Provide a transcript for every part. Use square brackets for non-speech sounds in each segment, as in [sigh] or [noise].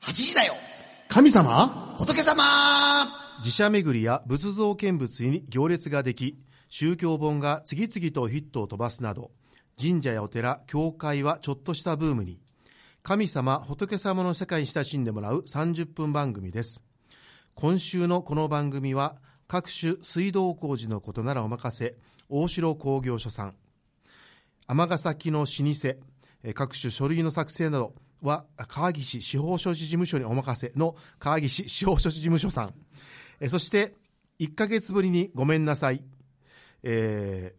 8時だよ神様仏様寺社巡りや仏像見物に行列ができ、宗教本が次々とヒットを飛ばすなど、神社やお寺、教会はちょっとしたブームに、神様、仏様の世界に親しんでもらう30分番組です。今週のこの番組は、各種水道工事のことならお任せ、大城工業所さん、尼崎の老舗、えー各種書類の作成などは、川岸司法書士事務所にお任せの川岸司法書士事務所さん。えーそして、1ヶ月ぶりにごめんなさい。え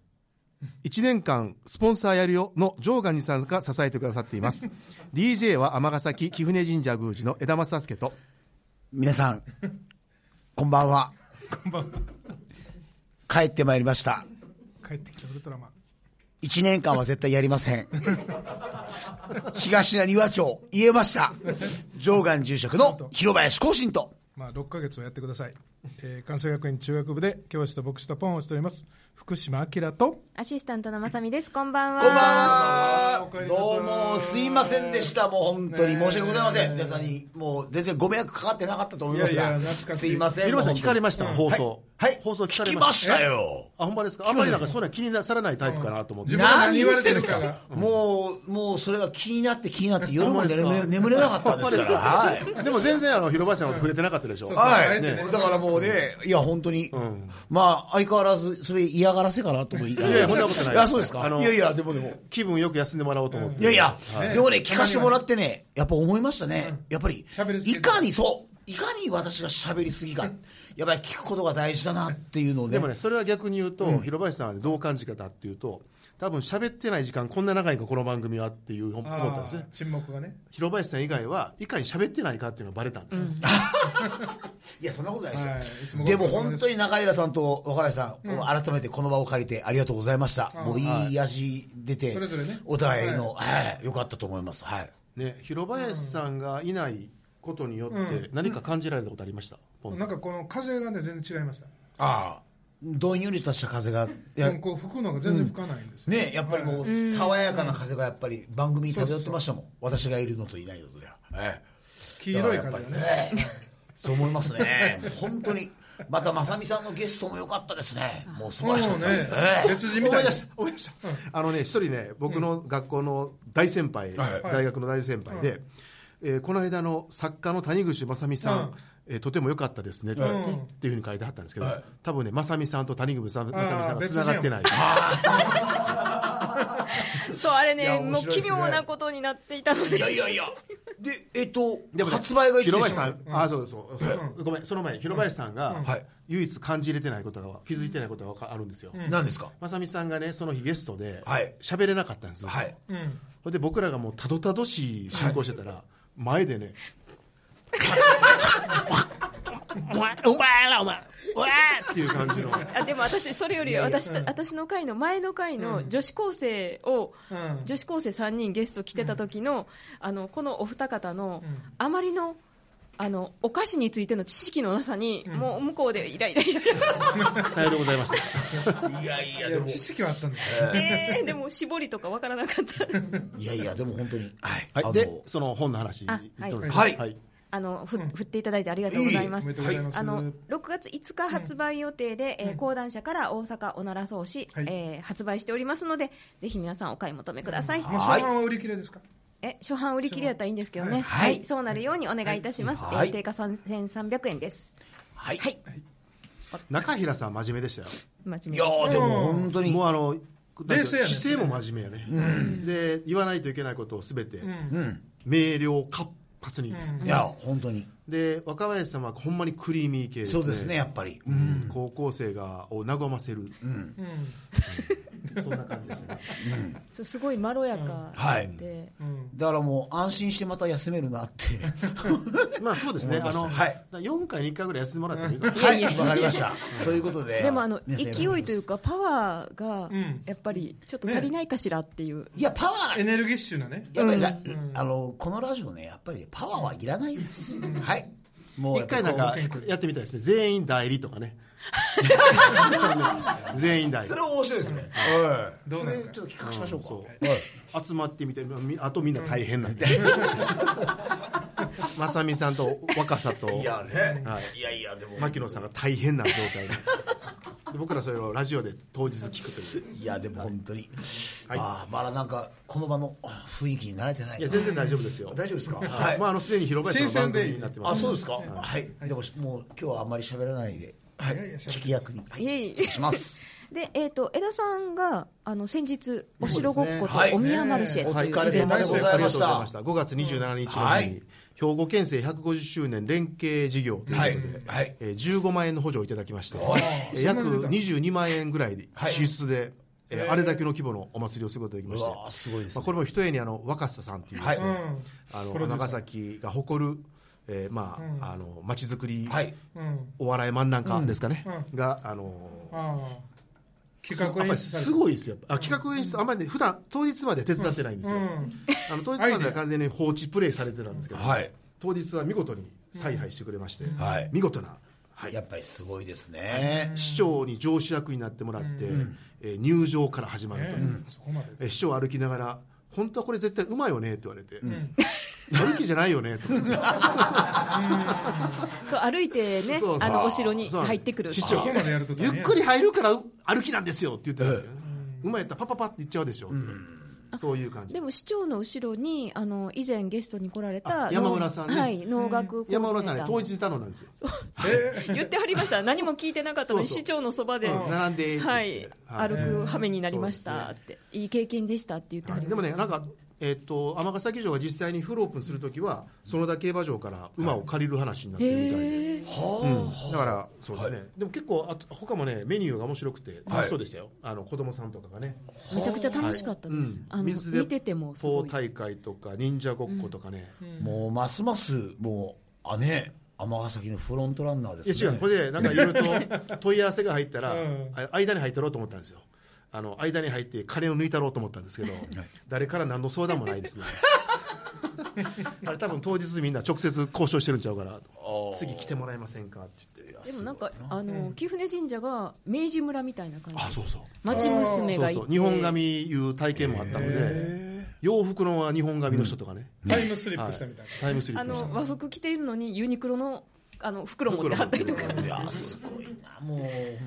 1年間スポンサーやるよのジョーガニさんが支えてくださってい [laughs] ます。DJ は尼崎貴船神社宮司の枝松助と、皆さん、 [laughs] こんばんは。帰ってまいりました。帰ってきたウルトラマン1年間は絶対やりま [laughs] せん。東谷和町、言えました。上岸住職の広林浩信と。まあ6ヶ月をやってください、えー、関西学院中学部で教師と牧師とポンをしております福島明とアシスタントのまさみです。こんばんは。こんばんおはかえ。りなさどいうもすいませんでした。もう本当に申し訳ございません。皆さんにもう全然ご迷惑かかってなかったと思いますいやいが、や懐かしいすいません。広瀬さん聞かれまました、放送。はい。放送聞かれ聞きまました。したよ。あ、ほんまですかあんまりなんかそういうのは気になさらないタイプかなと思って。自分が何何言言われっててるんんでですすかかもう、もうそれが気になって気にな [laughs] って夜までほんまです眠眠かれなかったですから。はい。でも全然あの広林さんは触れてなかったでしょ。そうそうは、はいいだからもうね、いや、本当に、まあ、相変わらず、それ嫌がらせかなと思いいいやいやそんなことないや、そうですか。あのいやいや、でもでも。気分よく休んでもらおうと思って。いやいや、でもね、聞かせてもらってね、やっぱ思いましたね。やっぱり喋り、すぎいるかにそう、いかに私が喋りすぎか、やっぱり聞くことが大事だなっていうのをね。でもね、それは逆に言うと、広林さんはどう感じ方っていうと、多分喋ってない時間、こんな長いんか、この番組はっていう思ったんあですねー。沈黙がね広林さん以外はいかに喋ってないかっていうのがバレたんですよ、いや、そんなことないですよ。はいいつもご苦でも労様です本当に中平さんと若林さん、改めてこの場を借りてありがとうございました。もういい味出て、それぞれねお互いの、はい、良かったと思います。はい。ね、広林さんがいないことによって何か感じられたことありました、ポンさなんんかこの風がね全然違いましたああ。どんよりとした風が、いやうんこう吹くのが全然吹かないんですよ、ね、やっぱりもう、爽やかな風がやっぱり番組に漂ってましたもん。私がいるのといないのとでは。ええ黄色いだ風かがらやっぱりねね。そう思いますね。本当に。また、まさみさんのゲストも良かったですね。もう素晴もうらしかったでねすね。別人み思いたい出なした思い出した、あのね一人ね僕の学校の大先輩、はい大学の大先輩で、えーこの間の作家の谷口正美さん、うんえーとても良かったですねって,、うんっていうふうに書いてあったんですけど、はい多分ね正美さんと谷口正美さんがつながってないそう、あれいやね、面もう白いです奇ね妙なことになっていたので。いやいやいや。で、えっと、でもね発売がいつで広した林さっけん、あそうそうそう、ごめん、その前に広林さんがはい唯一感じ入れてないことが、気づいてないことがわかあるんですよ。何ですかまさみさんがね、その日ゲストではい、喋れなかったんですよ。はい。うんそれで僕らがもうたどたどしい進行してたら、前でね、お前、お前ら、お前、お前っていう感じの。あでも私、それより私と、私の回の前の回の女子高生を、うん女子高生3人ゲスト来てた時の、あの、このお二方の、あまりの、あの、お菓子についての知識のなさに、もう向こうでイライライライラしてさようでございました。 [laughs] いやいや、いでやも。知識はあったんですよ、えーでも絞りとかわからなかった。いやいや、でも本当に。はい。あはい、ので、その本の話。あはいはいあの、ふ、振っていただいてありがとうございまおす。めでとうございます、あの6月5日発売予定で、えー講談社から大阪おなら総市、はいえー発売しておりますのでぜひ皆さんお買い求めください、もう初版は売り切れですかえ初版売り切れやったらいいんですけどはねはいい、そうなるようにお願いいたします、はいえー定価3300円ですはい。中平さん真面目でしたよ。真い面や目ーでも本当に。もうあの冷静やね姿勢も真面目やね、で言わないといけないことをすべて、明瞭活発にです、いや、本当に。で若林さんはほんまにクリーミー系です、ね、そうですね、やっぱり。うん高校生がを和ませる、そんな感じでしたねそうすごいまろやかはいで、だからもう安心してまた休めるなって。まあそうですね思いまあしたの、はい4回に1回ぐらい休んでもらってもいいかな、はい、わかりました。そういうことで。でもあの皆さん勢いという。かパワーがんやっぱりちょっと足りないかしらっていう、いや、パワエーネルギッシュなねやっぱりラ、あの、このラジオね、やっぱりパワーはいらないです。はい。も一回なんかやっぱりこやってみたいですね全員代理とか [laughs] ね全員代う理それ面白いですね。はい。どうなるかそれちょっと企画しましょうか。そう集まってみてみあとみんな大変なんで、まさみさんと若さといやね、、はいやいやでも牧野さんが大変な状態でで僕らそれをラジオで当日聞くといういやでも本当に、はいああまだなんかこの場のあ雰囲気に慣れてないないや全然大丈夫ですよ大丈夫ですかはい、まああのすでに広林さんの番組新鮮でになってまあすそうですかはい、でももう今日はあんまり喋らないで、はい、いやいや喋って聞き役に、はい、いえいえお願しますで、えー、と江田さんがあの先日お城ごっこそとうですねお宮マルシェはいというイベンお疲トれ様でございましたありがとうございました5月27日の日に、はい兵庫県政150周年連携事業ということで、はいえー15万円の補助をいただきまして、おいえー約22万円ぐらいではい支出で、えーあれだけの規模のお祭りをすることができましてうわーすごいですねまあ、これも一重にあの若狭さんというですね、はあのプロデューサ長ー崎が誇る、えーまああの町づくり、はいうんうんお笑い漫談家ですかね、うがあのーああ企画やっぱ演り出されすごいですよ、あ企画演出、あんまりね、普段当日まで手伝ってないんですよ、うんあの当日までは完全に放置プレイされてたんですけど、はい当日は見事に采配してくれまして、はい見事な、はいやっぱりすごいですね、市長に上司役になってもらって、えー入場から始まるといねう、そこまでえー市長を歩きながら、本当はこれ絶対うまいよねって言われて、歩きじゃないよねとそう歩いてねそうそうあのお城にそうなんです入ってくる市そ長こまでやるとゆ大っ変くり入るから歩きなんですよって言ってたんですけどね、うまいやったらパパパって言っちゃうでしょって、そういう感じでも市長の後ろにあの以前ゲストに来られたあ山村さんねはい、能楽コーディネ山ーター村さんね、当日頼んだんですよ。言ってはりました何も聞いてなかったのにそうそう市長のそばで、うん並んでってはい、はい歩く羽目になりましそうでたすって、いい経験でしたって言ってはりでまもし、ね、なんか、えっと、尼崎城が実際にフルオープンするときは、園田競馬場から馬を借りる話になったてるみたいで。へえはだからそうですね、でも結構あと他もねメニューが面白くて楽しそうでしたよ、あの子供さんとかがね、めちゃくちゃ楽しかったです、あの水鉄見ててもす砲ごい大会とか忍者ごっことかね、もうますますもうあね尼崎のフロントランナーでいすねや違うこれでなんかいろいろと問い合わせが入ったら、うんあ間に入ったろうと思ったんですよあの間に入って金を抜いたろうと思ったんですけど、誰から何の相談もないですねあれ多分当日みんな直接交渉してるんちゃうから次来てもらえませんかって言ってでもなんかあの、貴船神社が明治村みたいな感じあそうそう町娘そがういてそう日本髪いう体験もあったので洋服のは日本髪の人とかね、タイムスリッはプいしたみたいなタイムスリあップしたの和服着ているのにユニクロのあの袋持ってはったりとか袋持ってるいやすごいなもう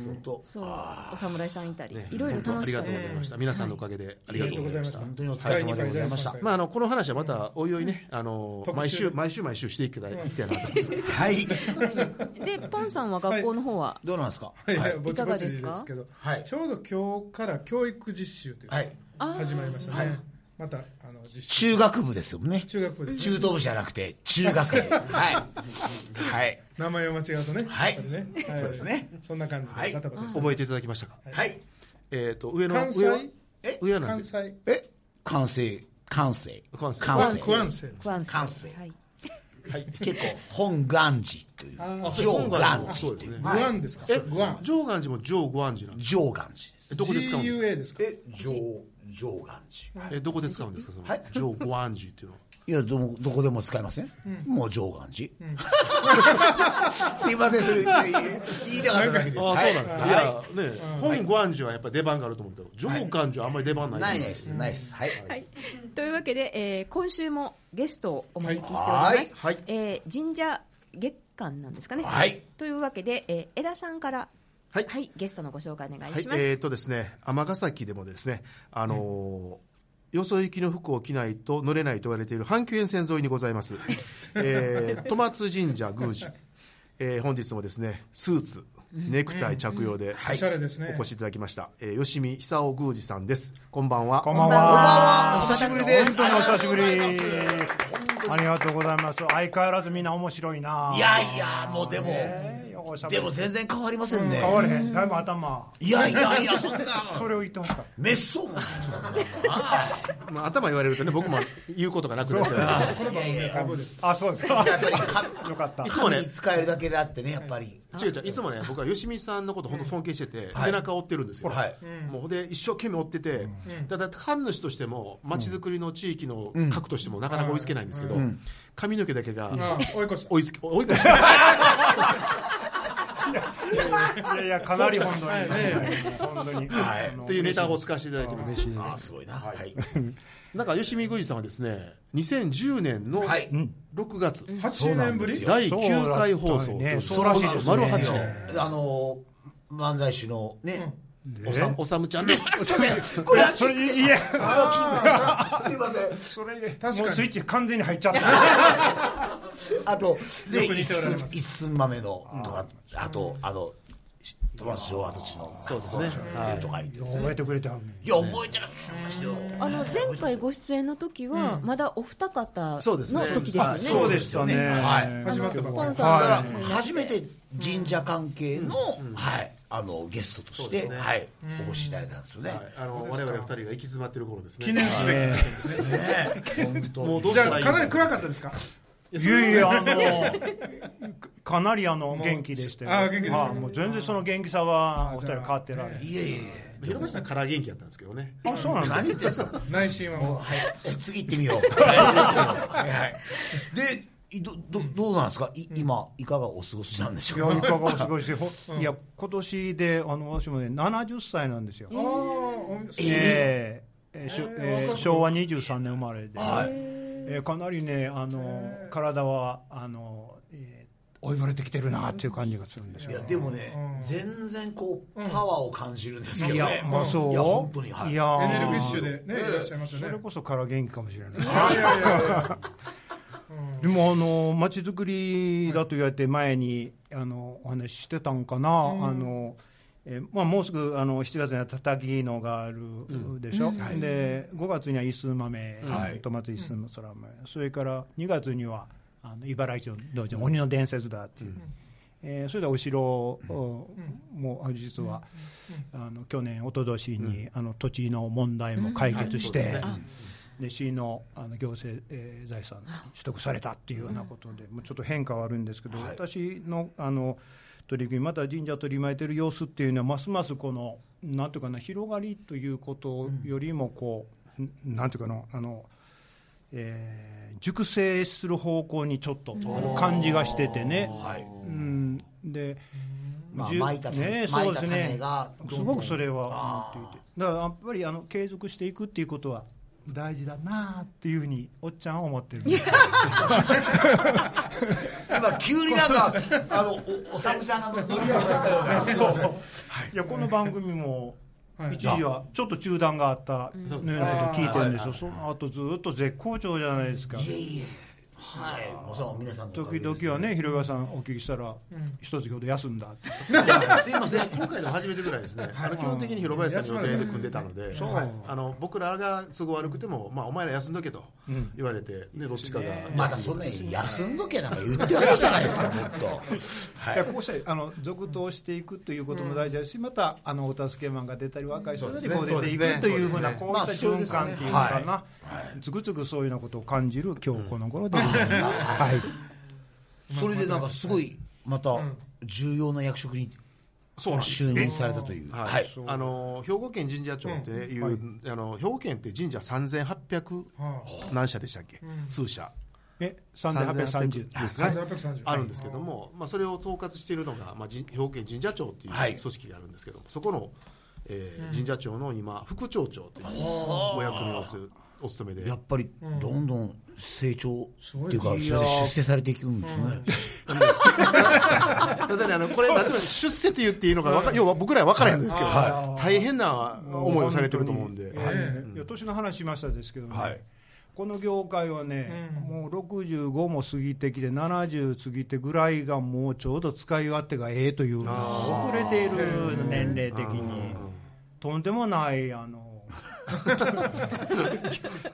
本当そうお侍さんいたり、ねいろいろ楽しかあったりがとうございました皆さんのおかげでありがとうございました本当にお疲れ様でございました第二回第三回まあ、あのこの話はまたおいおいね、あの特集毎週毎週毎週していきたいいきたいなと思います。はいでポンさんは学校の方は、どうなんですかはいははいい、ぼちぼちですけど、はいちょうど今日から教育実習というのはがい始まりましたね、はいまたあの実習中学部ですよね中学校です、中等部じゃなくて中学部はいはい名前を間違うとね、はいやっぱりねそうですねそんな感じはいでバタバタして、覚えていただきましたか。はいえっ、と上の関上は西、え上なん関で西、え完成完成関西関完西、成関西、クワン関西はい、はい。結構本願寺というあー上願寺そうとでいすうねグアンですか、えグアン、上岸寺も上五安寺なんです。上願寺ですえどこで使うんですか。 GUA ですか、え上上願寺えどこで使うんですかその、はい上五安寺っ [laughs] ていうのは。いやどもどこでも使えません、もう上願寺、 [laughs] すいませんそれ言い言いたかっただけですああそうなんですか。、はいいやね、本五安寺はやっぱり出番があると思うけど、上岸寺はあんまり出番ない。ないですないですはい、はい、というわけで、えー今週もゲストをお招きしております、はいはいえー神社月間なんですかね、はいというわけで、えー、江田さんから、はいゲストのご紹介お願いはいし、ます、えっ、とですね、尼崎でもですね、あのーよそ行きの服を着ないと乗れないと言われている阪急沿線沿いにござい [laughs] ます、えー、戸松神社宮司、えー本日もですねスーツネクタイ着用で、おしゃれですねお越しいただきました、えー、吉見久夫宮司さんですこんばんはこんばんこんばんは。はお久しぶりです本当にお久しぶり。ありがとうございます。相変わらずみんな面白いな。いやいやもうでも、ででもも全然変わりませんね、変われへん。だいぶ頭。いやいやいやそんなそれを言ってほしかっめっそうもないまあ、頭言われるとね僕も言うことがなくなっちゃうこの番組はタブーです、た。あ、そうですか。やっぱりよかったい。つも紙ねに使えるだけであってねやっぱり違う違ういつもね僕は吉見さんのこと本当尊敬してて、背中を追ってるんですよ、はいもうほんで一生懸命追ってて、ただ神主としても町づくりの地域の核としてもなかなか追いつけないんですけど、髪の毛だけがあ追い越した、追いつけ追い越していやいや、かなり本当に。本当に。はいあのというネタを使わせていただいてます。ああ、すごいな。はい。なんか吉見宮司さんはですね、2010年のはい6月、 8年ぶりそう第9回放送ということで、そうらしいですね丸8年。あの、漫才師のね、おさん。おさむちゃんです。これはそれ、いいえ、あの金庫ですそれね、かにもうスイッチ完全に入っちゃった。いません。あと、で、よく似一ておられます寸一寸豆のとか、あと、あの、飛ばす城跡地の、そうですね。とか言って。覚えてくれてはんねんいや、覚えてらっしゃいますよ。あの前回ご出演の時はまだお二方のそうですね時ですよね。そうでしたね。はい。あのポンださんかがら、初めて神社関係の、はい、あの、ゲストとして、はい、お越しいただいたんですよね。あの、我々二人が行き詰まってる頃ですね。記念すべき回ですね。本当もうにどうしじたゃらあいいかなり暗かったですか。いやいや、あの、かなりあの、元気でしたよ。あ元気でしたはいもう全然その元気さは、お二人変わってられない。いえいえいえ。広林さんカラー元気やったんですけどね。あ、そうなんだ。何言ってんすか内心はもう。はい、次行ってみよう。はいはいで、いど、ど、どうなんですか、い今、いかがお過ごしなんでしいょうや、いか。かがお過ごしで、ほいや、今年で、あの、私もね、70歳なんですよ。ああ、おめえーえーしょえー若い昭和23年生まれで、はいえーかなりねあの体はあの、えー、追いぼれてきてるなっていう感じがするんですいよや、。でもね、全然こう、パワーを感じるんですけいどやね。、まあそう。いや、本当に、はい。いやーエネルギッシュでね、いらっしゃいましたそれね。こそから元気かもしれない。あいやいやいや。でもあの街づくりだと言われて前にあのお話ししてたんかな、あのえーまあ、もうすぐあの7月には叩きのがあるでしょ、で5月には一寸豆、トマト一寸空豆、それから2月にはあの茨城の道場、鬼の伝説だっていう、えーそれでお城を、もうあ実は、あの去年、一昨年に、あの土地の問題も解決して。で市のあの行政、えー財産取得されたっていうようなことで、もうちょっと変化はあるんですけど、私のあの取り組み、また神社を取り巻いている様子っていうのは、ますますこの、なんていうかな、広がりということよりもこう、んなんていうかな、あのえー熟成する方向にちょっとあの感じがしててね。うん、で、まあじゅまいた種ねまいそたうですね種がどんどんすごくそれは思っていてだからやっぱりあの継続していくっていうことは大事だなあっていうふうにおっちゃんは思ってるんです今、急になんか、あの、お、おさむちゃんが乗り上がったような。すいませんいやこの番組も一時はちょっと中断があったようなこと聞いてるんですよその後ずっと絶好調じゃないですかいえいえ。はい、もちろん、皆さんのおかげ時です。々はね広岩さんお聞きしたら一月ほど休んだってはい。すいません。今回の初めてぐらいですね、あの基本的に広林さんの予定で組んでたので、そうはいあの僕らが都合悪くても、まあ、お前ら休んどけと言われて、でどっちかが、まだそんなに休んどけなんか言ってないじゃないですか、もっと。いやこうしたあの続投していくということも大事だし、またあのお助けマンが出たり、若い人たちがこう出ていくというふうな、こうした循環っていうのかな、つくつくそういうようなことを感じる、今日この頃でございます。はいそれでなんかすごい、また、重要な役職にそうなんです就任されたという。はいはい。あの兵庫県神社庁っていう、あの兵庫県って神社3800何社でしたっけ、数社え3830ですね3830あるんですけども、まあ、それを統括しているのが、まあ、じん兵庫県神社庁っていうはい組織があるんですけども、そこの、えー神社庁の今副庁長というお役目をつお勤めでやっぱりどんどん成長ごっいていうか、いすいません出世されていくんですね。ただね、あのこれ、例えば出世と言っていいのかわか、要は僕らは分からへんですけど、大変な思いをされてると思うんで、はいいや年の話しましたですけどね、この業界はね、もう65も過ぎてきて、70過ぎてぐらいがもうちょうど使い勝手がええという、遅れている年齢的に、とんでもない、あの [laughs]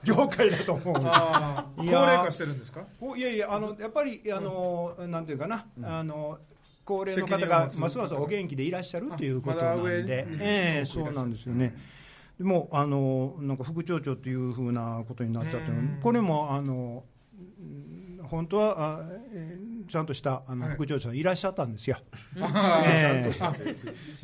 業界だと思う。ああ、高いやー齢化してるんですか。おいやいやあのやっぱりあの、なんていうかな、あの高齢の責方任をが持つますますお元気でいらっしゃるということあまなだん上にで、うんええ多くいらっしゃるそうなんですよね。でもあのなんか副町長というふうなことになっちゃってる、これもあのうん本当はあ、えーちゃんとしたあの副町長さんいらっしゃったんですよ。あーえ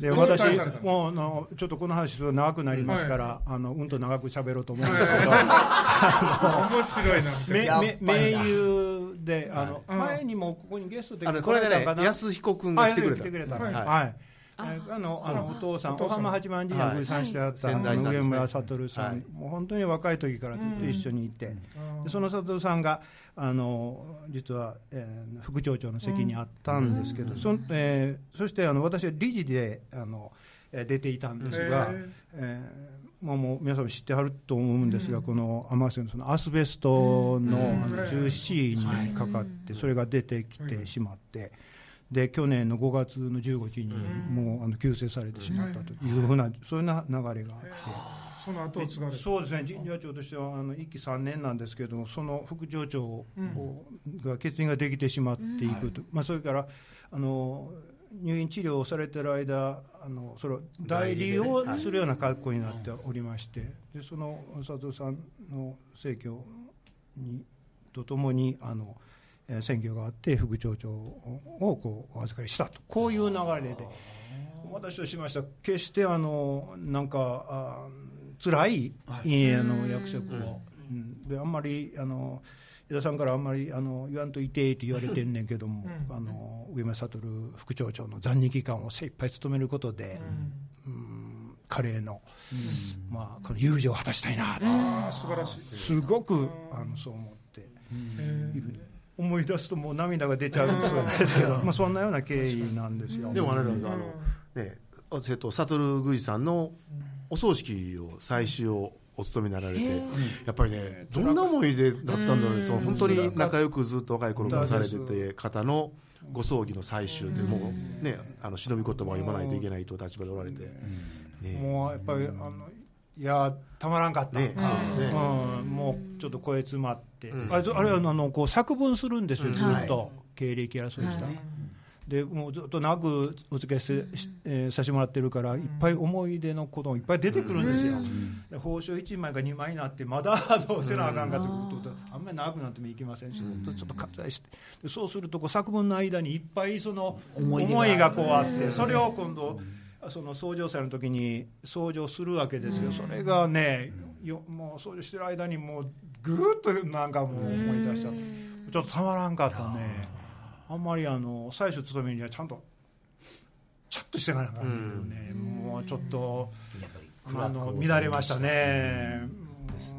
えで招待私されたんですもうあのちょっとこの話すると長くなりますから、あのうんと長く喋ろうと思うんですけ面ど。白いなみたいめやっぱりめな盟友で、あの、はい前にもここにゲストであのこれでね安彦君が来てくれたあ安彦来てくれた。ははいい。えあのあのお父さん、小浜八幡宮はいに偶参してあった、はいあ先代さんのですね上村悟さん、はいもう本当に若い時からずっと一緒にいて、でその悟さんがあの実は、えー副町長の席にあったんですけど、そんえーそしてあの私は理事であのえー出ていたんですがへー、えーまあ、もう皆さんも知ってはると思うんですが、このアマセのそのアスベストのあの重視にかかって、それが出てきてしまって。で去年の5月の15日にもうあの急逝されてしまったというふうな、そういうな流れがあって、その後を継がれたそうですね、神社長としてはあの1期3年なんですけども、その副町長をが欠員ができてしまっていくと、まあ、それからあの入院治療をされてる間、あのそれを代理をするような格好になっておりまして、でその佐藤さんの逝去にとともにあの、えー選挙があって、副町長をこうお預かりしたと、こういう流れで。私としましては決してあのなんかあー辛い、いいあの役職を、うんであんまりあの江田さんからあんまりあの言わんといてって言われてんねんけども、あの上村悟副町長の残任期間を精一杯務めることで、うんカレーの、まあこの友情を果たしたいなと、あー素晴らしいすごくあのそう思って、いる思い出すともう涙が出ちゃうそうなんですけ [laughs] ど、まあそんなような経緯なんですよ。でもあれだけどあの、ね、えっと、悟宮司さんのお葬式を、最終をお務めになられて、やっぱりね、どんな思い出だったんだろうね、その本当に仲良くずっと若い頃からされてて方のご葬儀の最終で、もうね、あの忍び言葉を読まないといけないという立場でおられて、ね、もうやっぱりあのいやたまらんかった、ねそうですねうんもうちょっと声詰まって、あれあれはあのこう作文するんですよ、ずっと経歴争いした、でもうずっと長くお付き合いしてしえーさせてもらってるからいっぱい思い出のこともいっぱい出てくるんですよ、で報酬1枚か2枚になってまだあのせなあかんかってことであんまり長くなってもいきませんし、ちょっと割愛してでそうするとこう作文の間にいっぱいその思思いい出ががこうあってそれを今度その創業祭の時に創業するわけですよ、それがねよもう創業してる間にもうぐーっとなんかもう思い出しちゃってちょっとたまらんかったねあんまりあの最初勤めるにはちゃんとちゃっとしていかなあかったけどね、もうちょっとあの乱れましたね。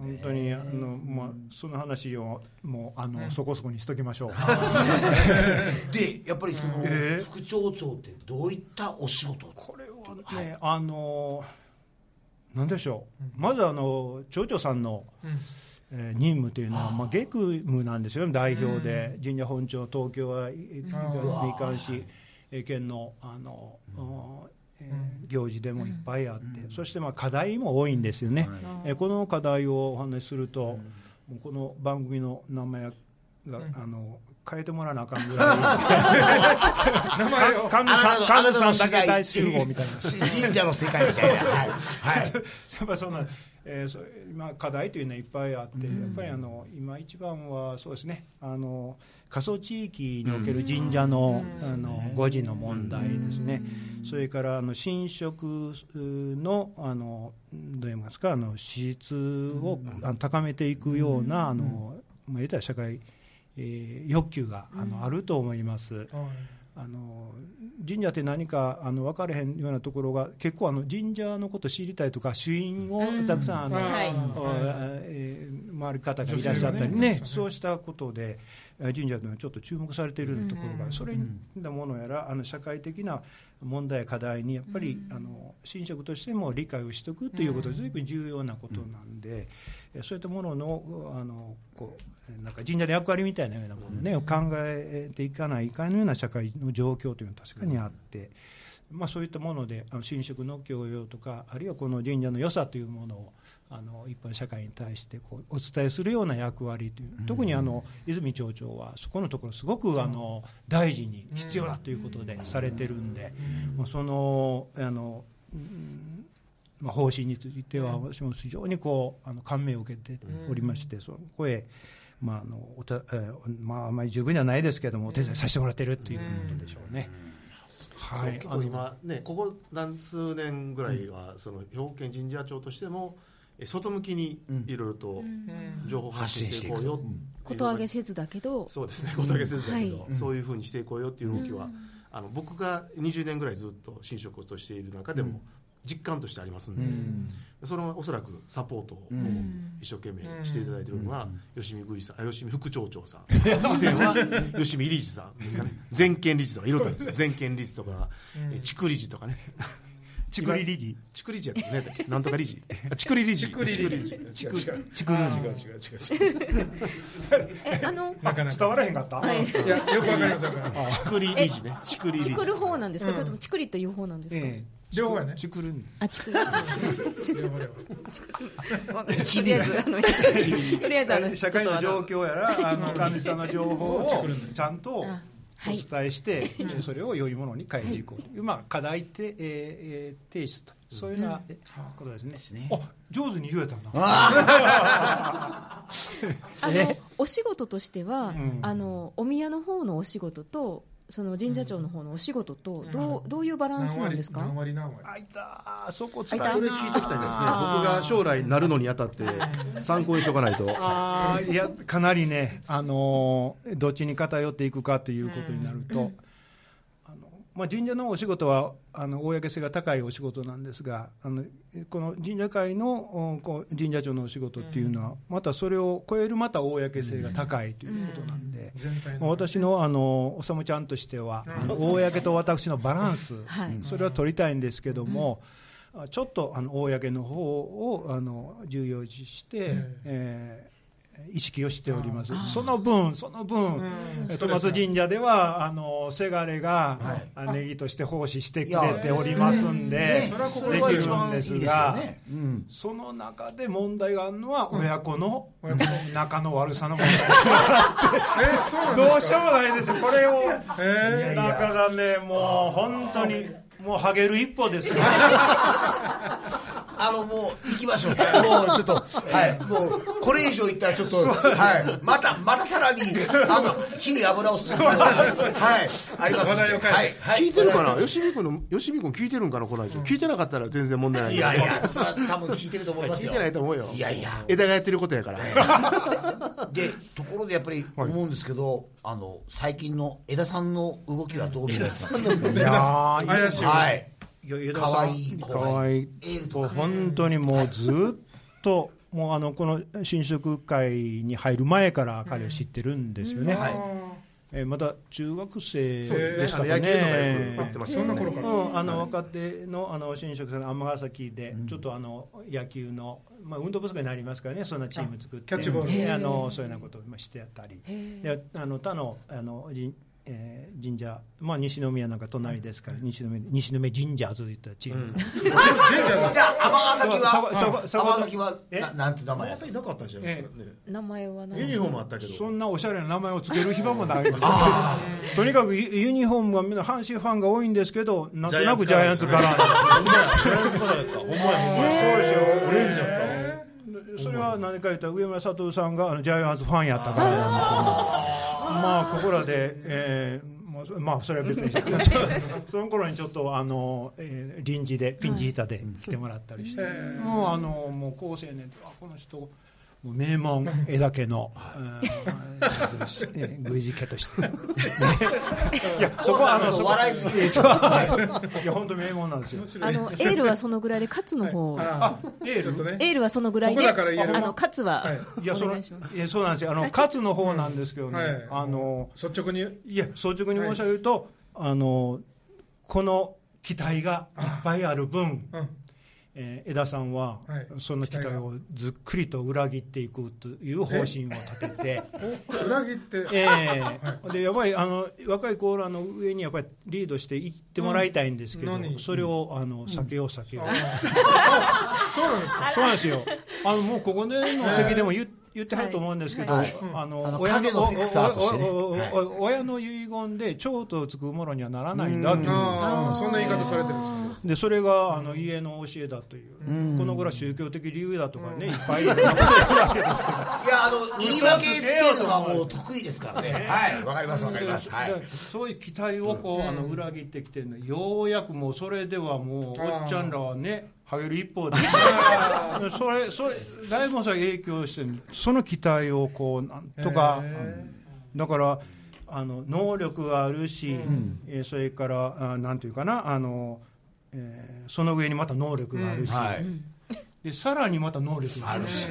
本当にあの、まあ、その話をもうあの、そこそこにしときま [laughs] しょう。でやっぱりそのえー副町長ってどういったお仕事これはね、あのなんでしょう、まずあの町長さんの、えー任務というのは、まあ、下務なんですよね、代表で、神社本庁、東京はえー美観市、えー県のあの、おえー行事でもいっぱいあって、そしてまあ課題も多いんですよね、えーこの課題をお話しすると、もうこの番組の名前が、あの変えてもらわなあかんぐらい。あなたのあ名前を神さん、な神たのさん時だけ代大集合みたい [laughs] な。神社の世界み [laughs] たいなはい、はい、やっぱそんな、えーそう今課題というのはいっぱいあって、やっぱりあの今一番はそうですねあの過疎地域における神社の,、あの誤字の問題ですね、それからあの神職のあのどう言いますかあの資質をあの高めていくような、あのまあ言ったら社会、えー欲求があのあると思います。あの神社って何かあの分かれへんようなところが結構あの神社のこと知りたいとか朱印をたくさんあの、はいあえー回る方がいらっしゃったり女性がねねそうしたことでえー神社というのはちょっと注目されているところがあるそれになものやらあの社会的な問題や課題にやっぱりあの神職としても理解をしておくということは随分重要なことなんでえーそういったもののあのこうえーなんか神社の役割みたいなようなものをねを考えていかないいかんような社会の状況というのは確かにあって。まあ、そういったもので、あの神職の教養とか、あるいはこの神社の良さというものを、あの一般社会に対してこうお伝えするような役割という、特にあの泉町長は、そこのところ、すごくあの大事に必要だということで、されてるんで、もうそのあの、うんまあ、方針については、私も非常にこうあの感銘を受けておりまして、その声、まああのおたえーまあ、あまり十分じゃないですけども、お手伝いさせてもらってるということでしょうね。はい結構今、ね、ここ何数年ぐらいは、その兵庫県神社庁としても、え外向きにいろいろと情報発信していこうよ、ことあげせずだけど、そうですね、ことあげせずだけど、はいそういうふうにしていこうよっていう動きは、あの僕が20年ぐらいずっと新職としている中でも、実感としてありますんで、そのおそらくサポートを一生懸命していただいているのは、吉見宮司さんあ吉見副町長さん、以前は吉見理事さんですかね、全県理事とか、いろいろです、全県理事とか、え地区理事とかね。ちくり理事地区理事やったよねだっけなんとか理事あ地区理事地区理事地区ちくり理違う違う違う違う。えあのなかな事か。伝わらへんかったはいいや、よくわかりませんから。地区理え事ね地区理事チクる方なんですか、それともチクリという方なんですか、え両方やねえ。ちくるんあチクリ両方両方わかんないとりあえずあの [laughs] とりあえずあの社会の状況やらあの神様の情報をちゃんとおあはい伝えして、えそれを良いものに変えていこうという、まあ、課題て、えーえー提出とそういうようなえことですね,、あ上手に言えたなあのお仕事としては、んあのお宮の方のお仕事とその神社長の方のお仕事と、どうどういうバランスなんですか、何割何割あいたーそこあついたらそいれな聞いておきたいですね、僕が将来なるのにあたって、参考にしとかないと、あーいやかなりね、あのーどっちに偏っていくかということになると、あのまあ、神社のお仕事はあの公性が高いお仕事なんですが、あのこの神社会のおこう神社長のお仕事っていうのは、またそれを超えるまた公性が高いということなんで、全体まあの。私のあのおさむちゃんとしては、あの公と私のバランス、はいそれは取りたいんですけども、あちょっとあの公の方をあの重要視して、えー意識をしております、その分、その分、えトマス神社では、あのせがれが、あネギとして奉仕してくれておりますんで、それはここでがき一るん番でいすいですよが。ね。うん。その中で問題があるのは親子の親子の仲の悪さの問題え、そうなんどうでしすようかもないですよこれを、えだからね、もう本当に、もうハゲる一歩ですよ、あの、もう、行きま [laughs] しょう。もう、ちょっと、はい。もう、これ以上行ったら、ちょっと、はい。また、またさらに、あの、火に油を吸う。はい。ありますんで。話題を変えてはい。はい聞いてるかな、吉見君の、吉見君聞いてるんかな、この話、聞いてなかったら全然問題ないいけどやいや、それは多分聞いてると思います聞いよ。てないと思うよ、いやいや。枝がやってることやから、で、ところでやっぱり思うんですけど、あの、最近の江田さんの動きはどう見られてますかいやー怪しい。はい。いかわいい子がかわいいエールとか子本当にもうずっと、もうあのこの新職会に入る前から彼を知ってるんですよね、はいえーまた中学生そうですねでしたかあの野球とかねよくやってましたそんな頃から。うん、あの若手のあの新職さんの尼崎で、ちょっとあの野球の、まあ、運動不足になりますからね、そんなチーム作って、あキャッチボールであのそういうようなことをしてやったり、であの他のあのじん、えー神社、まあ、西宮なんか隣ですから、西宮西宮神社といったチーム、じゃあ、尼崎そこは、そこそこ尼崎は、えななんて名前やでっすぱかりなかったじゃないですか、ね名前は何ユニフォームあったけど、そんなおしゃれな名前をつける暇もない [laughs] あーとにかくユユニフォームはみんな阪神ファンが多いんですけど、なんとなくジャイアンツからなんですよフランスからやった、ほんまや、ほんまや、そうですよオレンジやった。それは何か言ったら上村聡さんがあのジャイアンツファンやったからなんですけどまあここらで、えーもうそまあそれは別にしてその頃にちょっとあの、えー臨時でピンチヒーターで来てもらったりして、もうあのもう高青年であこの人もう名門江田家の、 [laughs] えーえー宮司家として、ねいやそこはあのそこ笑いすぎではいいや本当名門なんですよあのエールはそのぐらいで勝つの方、あエールちょっとね。エールはそのぐらいこでこだから言えるあの勝つはいやそおの願いいしますやそうなんですよあの勝つの方なんですけどね、はいあの率直に。いや率直に申し上げると、あのこの期待がいっぱいある分、うん。えー江田さんは、はいその期待をずっくりと裏切っていくという方針を立てて。裏切って。え [laughs] えでやっぱりあの若いコーラの上にやっぱりリードしていってもらいたいんですけど、うん何それをあの避けよう避けよう、そうなんですか。そうなんですよ。 [laughs] あのもうここでの席でも言っ言ってはると思うんですけど、はいああのの親影のフィクサーとしてねおおおおお親の遺言で蝶とつくものにはならないんだという。ああ、そんな言い方されてるんですでそれがあの家の教えだという、このぐらい宗教的理由だとかね、いっぱいいや、あの、言い訳つけるのはもう得意ですからね。はい。わかります、わかります。はい。でそういう期待をこうあの裏切ってきてるのようやくもうそれではもうおっちゃんらはね、はげる一方で、 [laughs] それ、それ、大門さん影響してる、その期待をこう、なんとか、だから、あの能力があるし、えーそれから、あなんていうかな、あのえーその上にまた能力があるし、はいでさらにまた能力があるし、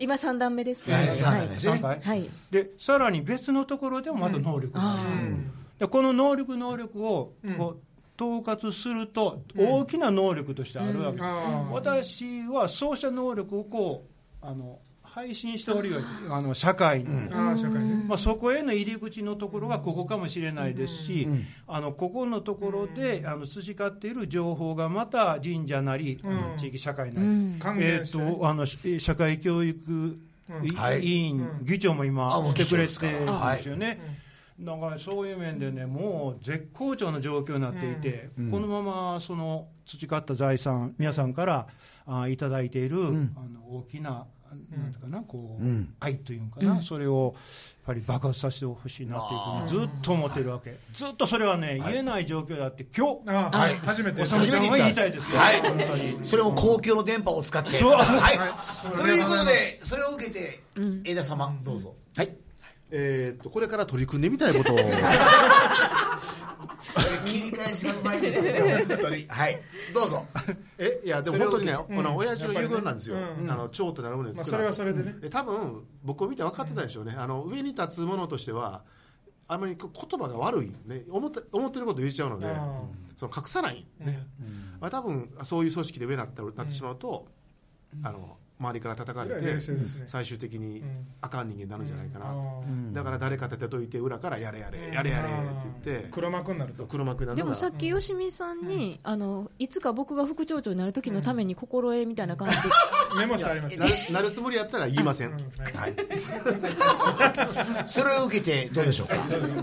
今三段目です。はい三は段目いです三回はいで、さらに別のところでもまた能力があるし、あでこの能力、能力をこう統括すると、大きな能力としてあるわけです。あ私はそうした能力をこうあの配信しておるよあの社会に、ーあー社会ねまあ、そこへの入り口のところがここかもしれないですし、あのここのところであの培っている情報がまた神社なり、あの地域社会なり、うん還え元っしてねとあのし社会教育委はい委員、議長も今あもう来てくれて議長るですんかですよね。だからそういう面でね、もう絶好調の状況になっていて、このままその培った財産、皆さんからあいただいている、あの大きな、なんていうかな、こう、愛というのかな、それをやっぱり爆発させてほしいなっていうふうにずっと思ってるわけ、ずっとそれはね、言えない状況だって、今日あーはい初めておさむちゃんは言いたいですよ、はい本当に。それも公共の電波を使って [laughs] そうはいということでそれを受けて江田様どうぞはい。えーっと、これから取り組んでみたいことを。切り返しがうまいですね本当にはいどうぞえ、いや、でも本当にね、この親父の言うことなんですよ。やっぱりねうんあの、蝶と並ぶのにまあ作そられないはそれでねで多分僕を見て分かってたでしょうね、あの上に立つものとしてはあまりこう言葉が悪いね思って思ってること言っちゃうのであその隠さない、ねまあ、多分そういう組織で上になったなってしまうと、あの周りから叩かれいやて冷静ですね最終的にうんあかん人間になるんじゃないかあな、ーだから誰か立てといて裏からやれやれやれやれって言って黒幕になるそうと黒幕になるでのがもさっき吉見さんに、あのいつか僕が副町長になる時のために心得みたいな [laughs] 感じで、メモしてありましたなるなるつもりやったら言いません、うんはいはいそれを受けてどうでしょうか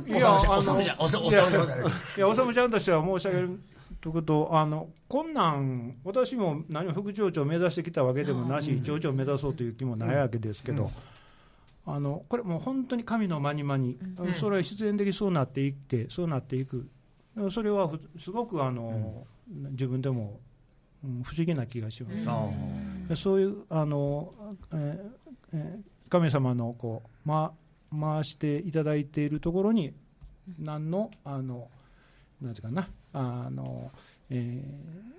いやあのおさむちゃんおさむいちゃやんおさむちゃんおさむちゃんいや、おさむちゃんとしては申し上げるとこと、あの、こんなん、私も何も副町長を目指してきたわけでもなし、町長を目指そうという気もないわけですけど、あの、これもう本当に神のまにまに、それは必然的にそうなっていって、そうなっていく。それはふすごくあの、自分でも、うん不思議な気がします。でそういうあの、えーえー神様のこう、ま、回していただいているところに何のあのなんていうかなあの、えー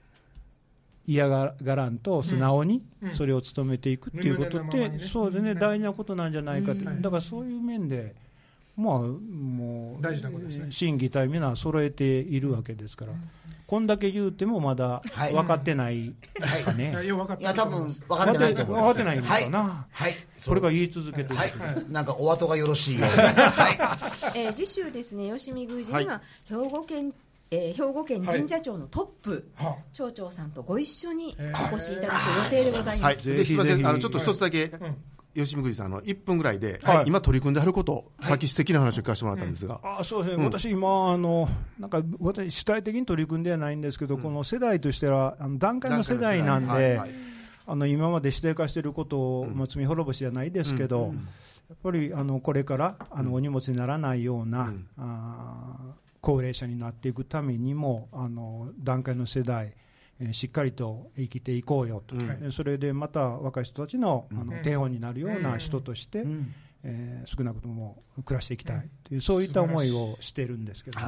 嫌がらんと素直にうんそれを務めていくっていうことっうんて、うんうんそうですね、うん大事なことなんじゃないかって、うんだからそういう面で、まあ、もう大事なことですね審議体みんな揃えているわけですから、こんだけ言うてもまだはい分かってないかね。いやよう分かっいたや多分分かってないと思います分かってないのかなはいはいそれが言い続けてる、はい、なんかお後がよろしいようではえー次週ですね吉見宮司には兵庫県、えー兵庫県神社庁のトップ、は町長さんとご一緒にえーお越しいただく予定でございます、はい、ぜでひすみませぜひん、あのちょっと一つだけ、ん吉見栗さん、あの1分ぐらいで、はい今取り組んであることを、さっき素敵な話を聞かせてもらったんですが、あそうですね、私、今あの、なんか私、主体的に取り組んではないんですけど、この世代としては、あの段階の世代なんで、はいはいあの今まで指定化していることを、まあ、罪滅ぼしじゃないですけど、やっぱりあのこれからあのお荷物にならないような、あー高齢者になっていくためにも、あの段階の世代、えーしっかりと生きていこうよと、えーそれでまた若い人たちのあの手本になるような人として、えー少なくとも暮らしていきたいという、そういった思いをしてるんですけどね。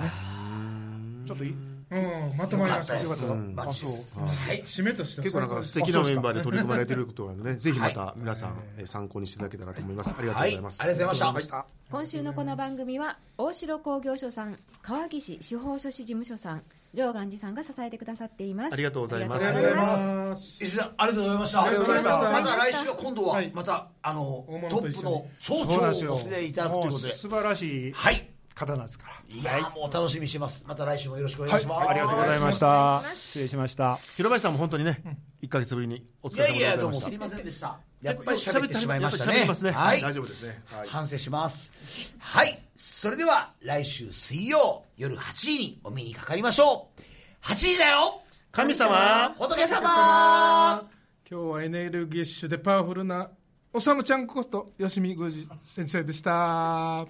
ちょっといいうんまとまりましたよかったですうんバッチリですはい締めとしては結構なんか素敵なメンバーで取り組まれていることなので、ね、ぜひまた皆さん、えー参考にしていただけたらと思います。ありがとうございます。はいありがとうございましした。今週のこの番組は大城工業所さん川岸司法書士事務所さん上岸寺さんが支えてくださっていますありがとうございますあありりががととうごうございまざいすますい、石田さんありがとうございましたありがとうございましたまた来週は今度ははいまた、あの大ト物とップ一緒にの町そうなんで長すをよお連れいただくということもうで素晴らしいはい方なんですから。いやーもう楽しみにしてますまた来週もよろしくお願はいいします、、ありがとうございました。失礼しました。広林さんも本当にね、1ヶ月ぶりにお疲いれや様でごいざやいどうまもしたすい。ませんでしたやっぱり喋ってしまいましたやっぱりね喋りますね。ははいい、大丈夫ですね。はい反省しますはいそれでは来週水曜夜8時にお目にかかりましょう8時だよ神様仏様今日はエネルギッシュでパワフルなおさむちゃんこと吉見宮司先生でした